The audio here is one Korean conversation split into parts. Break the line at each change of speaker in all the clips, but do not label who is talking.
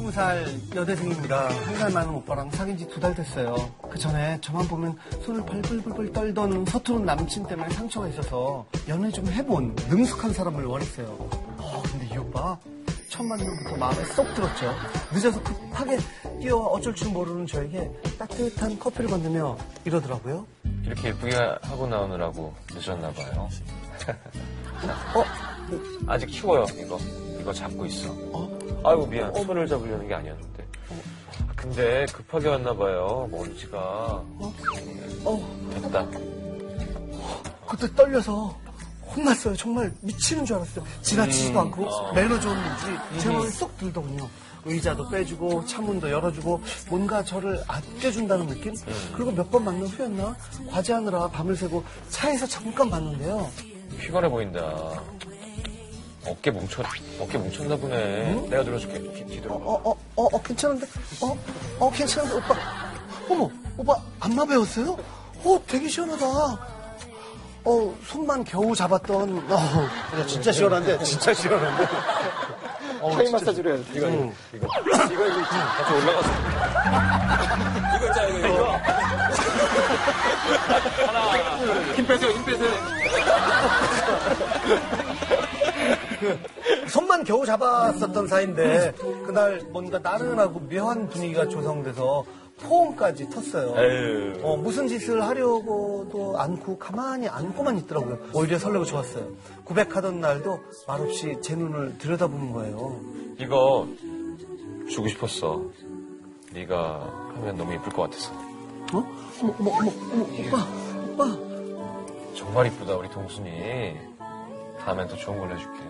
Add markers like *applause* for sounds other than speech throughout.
19살 여대생입니다. 한 살 많은 오빠랑 사귄 지 두 달 됐어요. 그 전에 저만 보면 손을 벌벌벌벌 떨던 서투른 남친 때문에 상처가 있어서 연애 좀 해본 능숙한 사람을 원했어요. 어, 근데 이 오빠 첫 만남부터 마음에 쏙 들었죠. 늦어서 급하게 뛰어와 어쩔 줄 모르는 저에게 따뜻한 커피를 건네며 이러더라고요.
이렇게 예쁘게 하고 나오느라고 늦었나 봐요.
어?
*laughs* 아직 키워요, 이거. 이거 잡고 있어.
어?
아이고, 미안. 손을 잡으려는 게 아니었는데. 아, 근데 급하게 왔나 봐요, 먼지가.
어? 어?
됐다.
그때 떨려서 혼났어요. 정말 미치는 줄 알았어요. 지나치지도
음,
않고
어.
매너 좋은지 제 마음이 쏙 들더군요. 의자도 빼주고 창문도 열어주고 뭔가 저를 아껴준다는 느낌? 그리고 몇 번 만난 후였나? 과제하느라 밤을 새고 차에서 잠깐 봤는데요.
피곤해 보인다. 어깨 뭉쳤, 어깨 뭉쳤나 보네. 내가 들어줄게. 뒤- 뒤돌아.
어, 어, 어, 어, 괜찮은데? 어, 어, 괜찮은데, 오빠. 어머, 오빠, 안마 배웠어요? 어, 되게 시원하다. 어, 손만 겨우 잡았던, 어, 야, 진짜 시원한데, 진짜 시원한데.
어,
타이 마사지로 해야 돼.
이거, 이거. 이거, 이거, 이거. 같이
*laughs*
올라가서. 이거 있잖아, 이거, 이거. 하나. 힘 빼세요, 힘 빼세요.
*laughs* 손만 겨우 잡았었던 사이인데 그날 뭔가 나른하고 묘한 분위기가 조성돼서 포옹까지 텄어요.
에휴.
어, 무슨 짓을 하려고도 않고 가만히 앉고만 있더라고요. 오히려 설레고 좋았어요. 고백하던 날도 말없이 제 눈을 들여다보는 거예요.
이거 주고 싶었어. 네가 하면 너무 예쁠 것 같아서.
어? 어머, 어머, 어머, 어머, 오빠, 오빠.
정말 이쁘다 우리 동순이. 다음엔 더 좋은 걸 해줄게.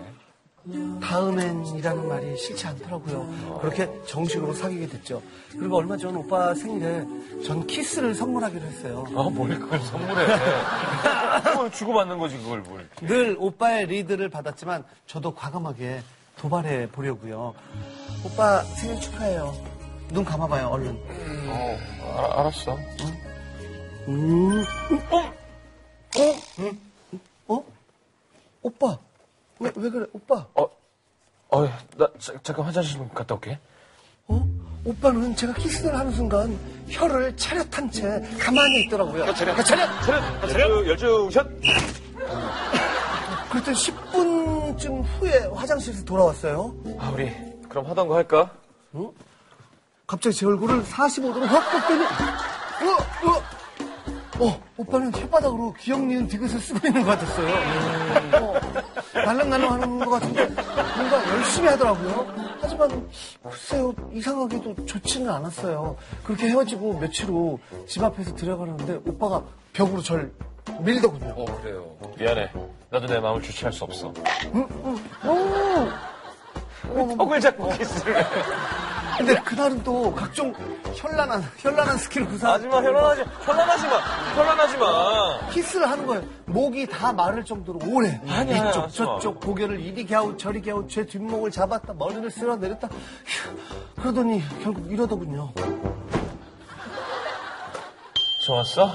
다음엔이라는 말이 싫지 않더라고요. 그렇게 정식으로 사귀게 됐죠. 그리고 얼마 전 오빠 생일에 전 키스를 선물하기로 했어요.
아뭘 그걸 선물해. 그걸 주고 받는 거지 그걸 뭘.
늘 오빠의 리드를 받았지만 저도 과감하게 도발해 보려고요. 오빠 생일 축하해요. 눈 감아봐요, 얼른.
어 알, 알았어.
음. 어? 어? 오빠. 왜, 왜 그래, 오빠.
어, 어어나 잠깐 화장실 좀 갔다 올게.
어? 오빠는 제가 키스를 하는 순간 혀를 차렷한 채 가만히 있더라고요. 차렷, 차렷!
열주 샷.
그랬더니 10분쯤 후에 화장실에서 돌아왔어요.
아 우리 그럼 하던 거 할까?
갑자기 제 얼굴을 45도로 확 꺾더니, 어, 어, 어, 오빠는 혓바닥으로 기억니은 디귿을 쓰고 있는 것 같았어요. 어, 날랑날랑 하는 것 같은데, 뭔가 열심히 하더라고요. 하지만, 글쎄요, 이상하게도 좋지는 않았어요. 그렇게 헤어지고 며칠 후 집 앞에서 들어가는데, 오빠가 벽으로 절 밀더군요.
어 그래요. 미안해. 나도 내 마음을 주체할 수 없어.
오!
턱을 잡고 어, 키스를. 해.
근데 그날은 또 각종 현란한, 현란한 스킬을 구사하
하지마 현란하지 현란하지 마 현란하지 마.
키스를 하는 거예요. 목이 다 마를 정도로 오래.
아니야,
이쪽,
하지
저쪽, 고개를 이리 갸웃, 저리 갸웃, 제 뒷목을 잡았다, 머리를 쓸어 내렸다. 휴, 그러더니 결국 이러더군요.
좋았어?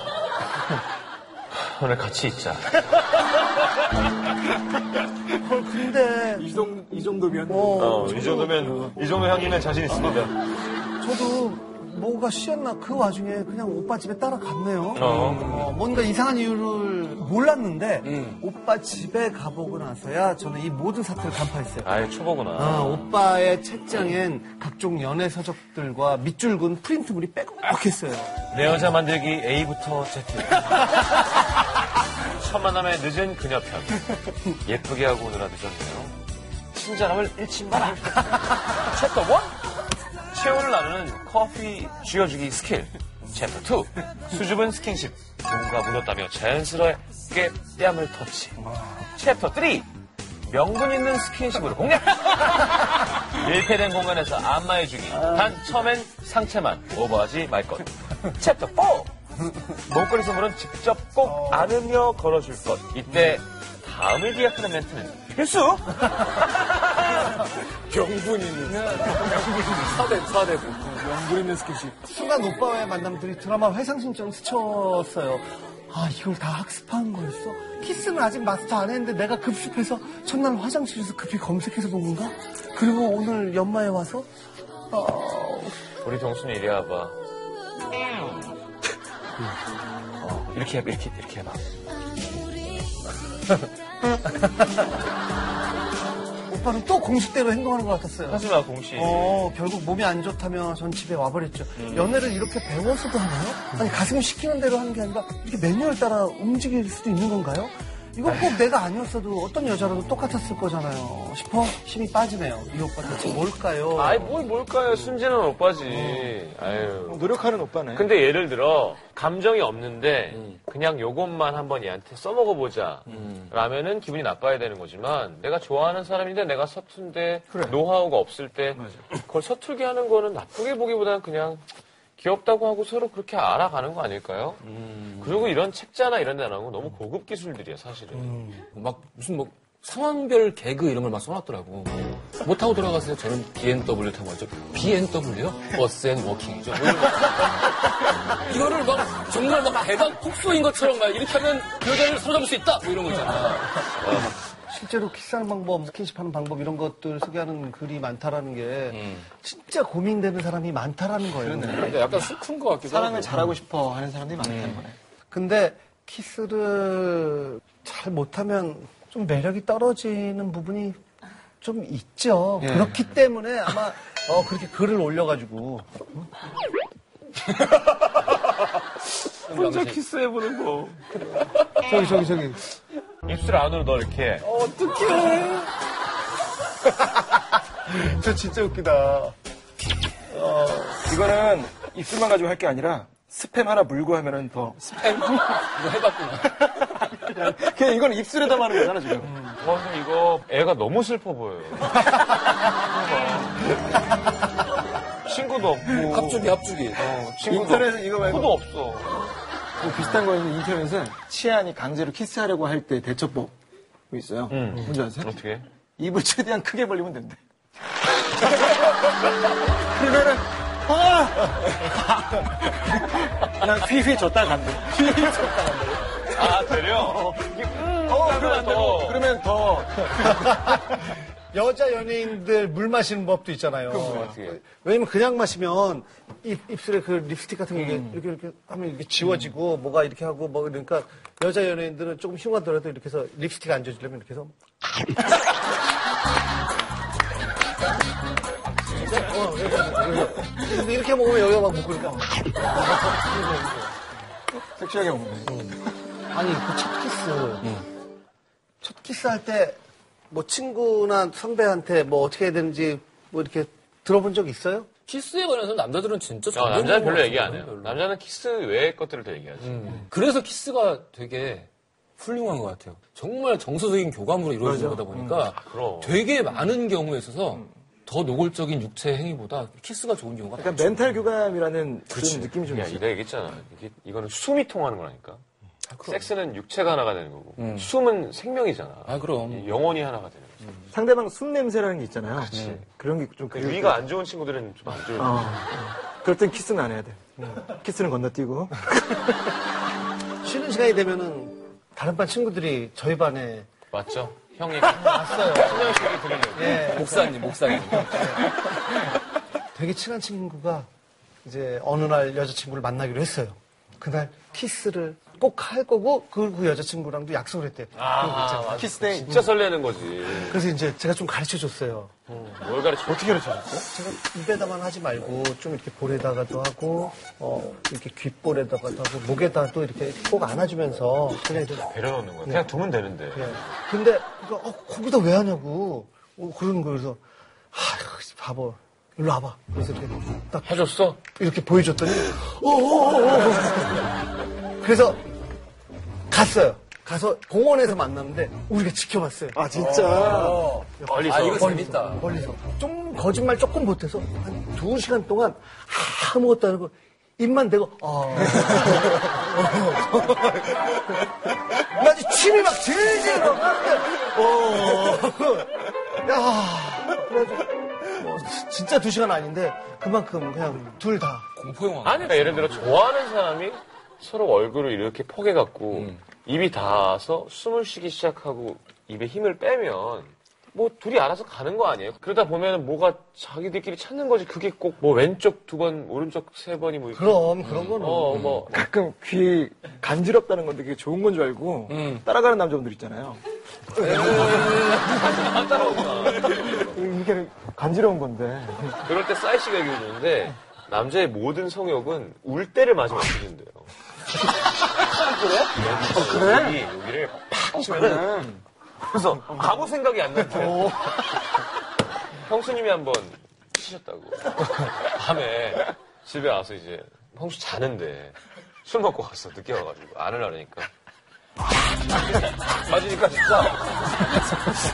*laughs* 오늘 같이 있자.
헐, 근데
이, 정, 이 정도면
어,
이 정도면 이 정도 향이면 자신 있습니다.
저도 뭐가 쉬었나 그 와중에 그냥 오빠 집에 따라갔네요.
어.
어, 뭔가 이상한 이유를 몰랐는데
음.
오빠 집에 가보고 나서야 저는 이 모든 사태를 간파했어요.
아예 초보구나.
아, 오빠의 책장엔 각종 연애 서적들과 밑줄 근 프린트물이 빼곡했어요.
내 여자 만들기 A부터 Z. *laughs* 첫 만남에 늦은 그녀 편. 예쁘게 하고 오느라 늦었네요. 친절함을 잃지 마라. 챕터 1. 체온을 나누는 커피 쥐어주기 스킬. 챕터 2. 수줍은 스킨십. 뭔가 묻었다며 자연스럽게 뺨을 터치. 챕터 3. 명분 있는 스킨십으로 공략. 밀폐된 공간에서 안마해주기. 단 처음엔 상체만 오버하지 말 것. 챕터 4. 목걸이 선물은 직접 꼭 안으며 걸어줄 것. 이때 다음을 기약하는 멘트는 필수.
*laughs* 명분 있는 명분 있는 사대부 사대부 명분 있는 스킨십
순간 오빠와의 만남들이 드라마 회상신처럼 스쳤어요. 아, 이걸 다 학습한 거였어? 키스는 아직 마스터 안 했는데 내가 급습해서 어, 첫날 화장실에서 급히 검색해서 본 건가? 그리고 오늘 연마에 와서
우리 경순이 이리 와봐. 어, 이렇게 해봐, 이렇게, 이렇게 해봐.
오빠는 또 공식대로 행동하는 것 같았어요.
하지마, 공씨.
어, 결국 몸이 안 좋다며 전 집에 와버렸죠.
음.
연애를 이렇게 배워서도 하나요? 아니, 가슴 시키는 대로 하는 게 아니라 이렇게 매뉴얼 따라 움직일 수도 있는 건가요? 이건 꼭 내가 아니었어도 어떤 여자라도 똑같았을 거잖아요. 싶어? 힘이 빠지네요. 이 오빠 대체 뭘까요?
아이, 뭐. 뭘, 뭘까요? 순진한 오빠지. 아유.
노력하는 오빠네. 음.
근데 예를 들어, 감정이 없는데, 그냥 요것만 한번 얘한테 써먹어보자. 라면은 기분이 나빠야 되는 거지만, 내가 좋아하는 사람인데 내가 서툰데, 노하우가 없을 때, 그걸 서툴게 하는 거는 나쁘게 보기보다는 그냥, 귀엽다고 하고 서로 그렇게 알아가는 거 아닐까요?
음.
그리고 이런 책자나 이런 데 나오는 거 너무 고급 기술들이야, 사실은.
막 무슨 뭐 상황별 개그 이런 걸 막 써놨더라고. 뭐 타고 돌아가세요? 저는 BMW 타고 왔죠. BMW요? 버스 앤 워킹이죠. 뭐 이런 거. 이거를 막 정말 막 대박 폭소인 것처럼 막 이렇게 하면 그 여자를 사로잡을 수 있다! 뭐 이런 거 있잖아.
실제로 키스하는 방법, 스킨십하는 방법 이런 것들 소개하는 글이 많다라는 게
음.
진짜 고민되는 사람이 많다라는 거예요.
근데 약간 슬픈 것 같기도 하고. 사랑을 잘하고 싶어 하는 사람들이 많다는 거네.
근데 키스를 잘 못하면 좀 매력이 떨어지는 부분이 좀 있죠. 그렇기 때문에 아마 어, 그렇게 글을 올려가지고
혼자 키스해보는 거.
저기 저기 저기
입술 안으로 너 이렇게.
*laughs* 저 진짜 웃기다.
이거는 입술만 가지고 할 게 아니라 스팸 하나 물고 하면은 더. *laughs*
이거 해봤구나.
그냥 이건 입술에다 마는 거잖아, 지금.
어, 근데 이거 애가 너무 슬퍼 보여요. 그러니까. 친구도 없고.
합주기, 합주기.
어, 친구도
인터넷에
없고.
이거 말고.
코도 없어.
뭐 비슷한 거는 인터넷에 치안이 강제로 키스하려고 할 때 대처법 있어요. 뭔지 음. 아세요?
어떻게?
입을 최대한 크게 벌리면 *laughs* 된대. 그러면은, 아! 난 휘휘 줬다 간대. 휘휘 줬다 간대.
아, 되려? 음,
어, 그러면 안 되고, 그러면 더.
*laughs* 여자 연예인들 물 마시는 법도 있잖아요.
뭐 어떻게?
왜냐면 그냥 마시면 입, 입술에 그 립스틱 같은 게
음.
이렇게 이렇게 하면 이렇게 지워지고 뭐가 이렇게 하고 뭐 그러니까 여자 연예인들은 조금 흉하더라도 이렇게 해서 립스틱 안 지워지려면 이렇게
*laughs*
해서 어, 이렇게, 이렇게. 근데 이렇게 먹으면 여기가 막 묶으니까
섹시하게 먹는 거.
아니 그 첫 키스
예.
첫 키스 할 때 뭐 친구나 선배한테 뭐 어떻게 해야 되는지 뭐 이렇게 들어본 적 있어요?
키스에 관해서 남자들은 진짜
음,
어,
모르는
남자는
것
별로
같아요,
얘기 안 해요. 음.
별로.
남자는 키스 외의 것들을 더 얘기하지.
그래서 키스가 되게 훌륭한 것 같아요. 정말 정서적인 교감으로 이루어지는 거다 보니까
아, 그럼.
되게 많은 경우에 있어서 더 노골적인 육체 행위보다 키스가 좋은 경우가
약간 멘탈 교감이라는 그런 느낌이 좀
야,
있어요.
내가 얘기했잖아. 이게, 이거는 숨이 통하는 거라니까. 아, 섹스는 육체가 하나가 되는 거고,
음.
숨은 생명이잖아. 음.
아, 그럼.
이 영혼이 하나가 되는 거지.
상대방 숨 냄새라는 게 있잖아요. 음. 그런 게좀
근데 위가 안 좋은 친구들은 좀 안 좋은.
그럴 땐 키스는 안 해야 돼. 네. 키스는 건너뛰고.
쉬는 시간이 되면은 다른 반 친구들이 저희 반에
*laughs* 맞죠? 형이 왔어요. 신영 씨에게 드리려고.
목사님, 목사님.
되게 친한 친구가 이제 어느 날 여자친구를 만나기로 했어요. 그날 키스를 꼭 할 거고 그, 그 여자친구랑도 약속을 했대요.
아,
키스데이.
진짜 설레는 거지.
그래서 이제 제가 좀 가르쳐 줬어요.
뭘 가르쳐? 어떻게 가르쳐?
제가 입에다만 하지 말고 좀 이렇게 볼에다가도 하고 어, 이렇게 귓볼에다가도 하고 목에다도 이렇게 꼭 안아주면서 그냥 이렇게
배려 놓는 거야. 그냥 두면 되는데.
예. 근데 그거 어, 거기다 왜 하냐고 어, 그러는 거예요. 그래서 아 바보 일로 와봐. 그래서 이렇게 딱
해줬어?
이렇게 보여줬더니 어어어어 그래서 갔어요. 가서 공원에서 만났는데 우리가 지켜봤어요.
아, 진짜.
멀리서.
아, 이거 재밌다.
음.
멀리서 좀 거짓말 조금 못해서 한 두 시간 동안 아무것도 안 하고 입만 대고 어. 나 지금 침이 막 질질 나오는데 어. 야. 그래가지고 뭐 진짜 두 시간 아닌데 그만큼 그냥 둘 다.
공포영화.
아니, 그러니까 예를 들어 좋아하는 사람이 서로 얼굴을 이렇게
음.
포개갖고 입이 닿아서 숨을 쉬기 시작하고 입에 힘을 빼면 뭐 둘이 알아서 가는 거 아니에요? 그러다 보면 뭐가 자기들끼리 찾는 거지. 그게 꼭 뭐 왼쪽 두 번, 오른쪽 세 번이 뭐. 이렇게.
그럼 그런 거는
어,
음.
뭐.
가끔 귀 간지럽다는 건데 그게 좋은 건 줄 알고 따라가는 남자분들 있잖아요. 음.
안 따라오구나.
음, 이게 간지러운 건데.
그럴 때 싸이 씨가 얘기해 주는데 남자의 모든 성욕은 울 때를 맞으면 없어진대요. 어, 그래? 여기, 여기를 팍 치면은 그래서 아무 생각이 안 난대요. 형수님이 한번 치셨다고. 밤에 집에 와서 이제 형수 자는데 술 먹고 갔어. 늦게 와가지고 안을 하려니까 맞으니까 진짜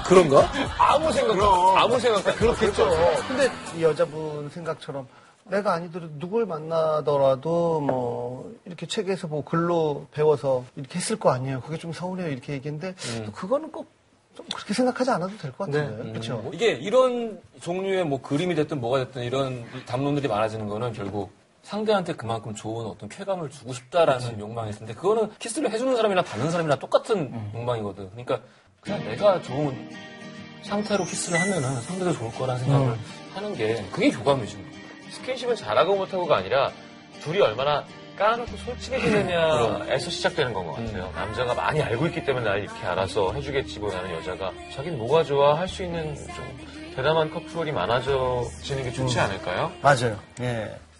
그런가?
아무 생각 아무 생각 그렇겠죠.
근데 이 여자분 생각처럼 내가 아니더라도 누굴 만나더라도 뭐 이렇게 책에서 뭐 글로 배워서 이렇게 했을 거 아니에요. 그게 좀 서운해요. 이렇게 얘기했는데 또 그거는 꼭 좀 그렇게 생각하지 않아도 될 것 같은데. 그렇죠.
뭐 이게 이런 종류의 뭐 그림이 됐든 뭐가 됐든 이런 담론들이 많아지는 거는 결국 상대한테 그만큼 좋은 어떤 쾌감을 주고 싶다라는 욕망이 있는데 그거는 키스를 해주는 사람이나 받는 사람이나 똑같은 욕망이거든. 그러니까 그냥 내가 좋은 상태로 키스를 하면은 상대도 좋을 거라는 생각을 하는 게 그게 교감이지. 뭐.
스킨십은 잘하고 못하고가 아니라 둘이 얼마나 까놓고 솔직해지느냐에서 시작되는 건 것 같아요. 남자가 많이 알고 있기 때문에 나 이렇게 알아서 해주겠지보다는 뭐 여자가 자기는 뭐가 좋아 할 수 있는 좀 대담한 커플이 많아져지는 게 좋지 않을까요?
맞아요. 예.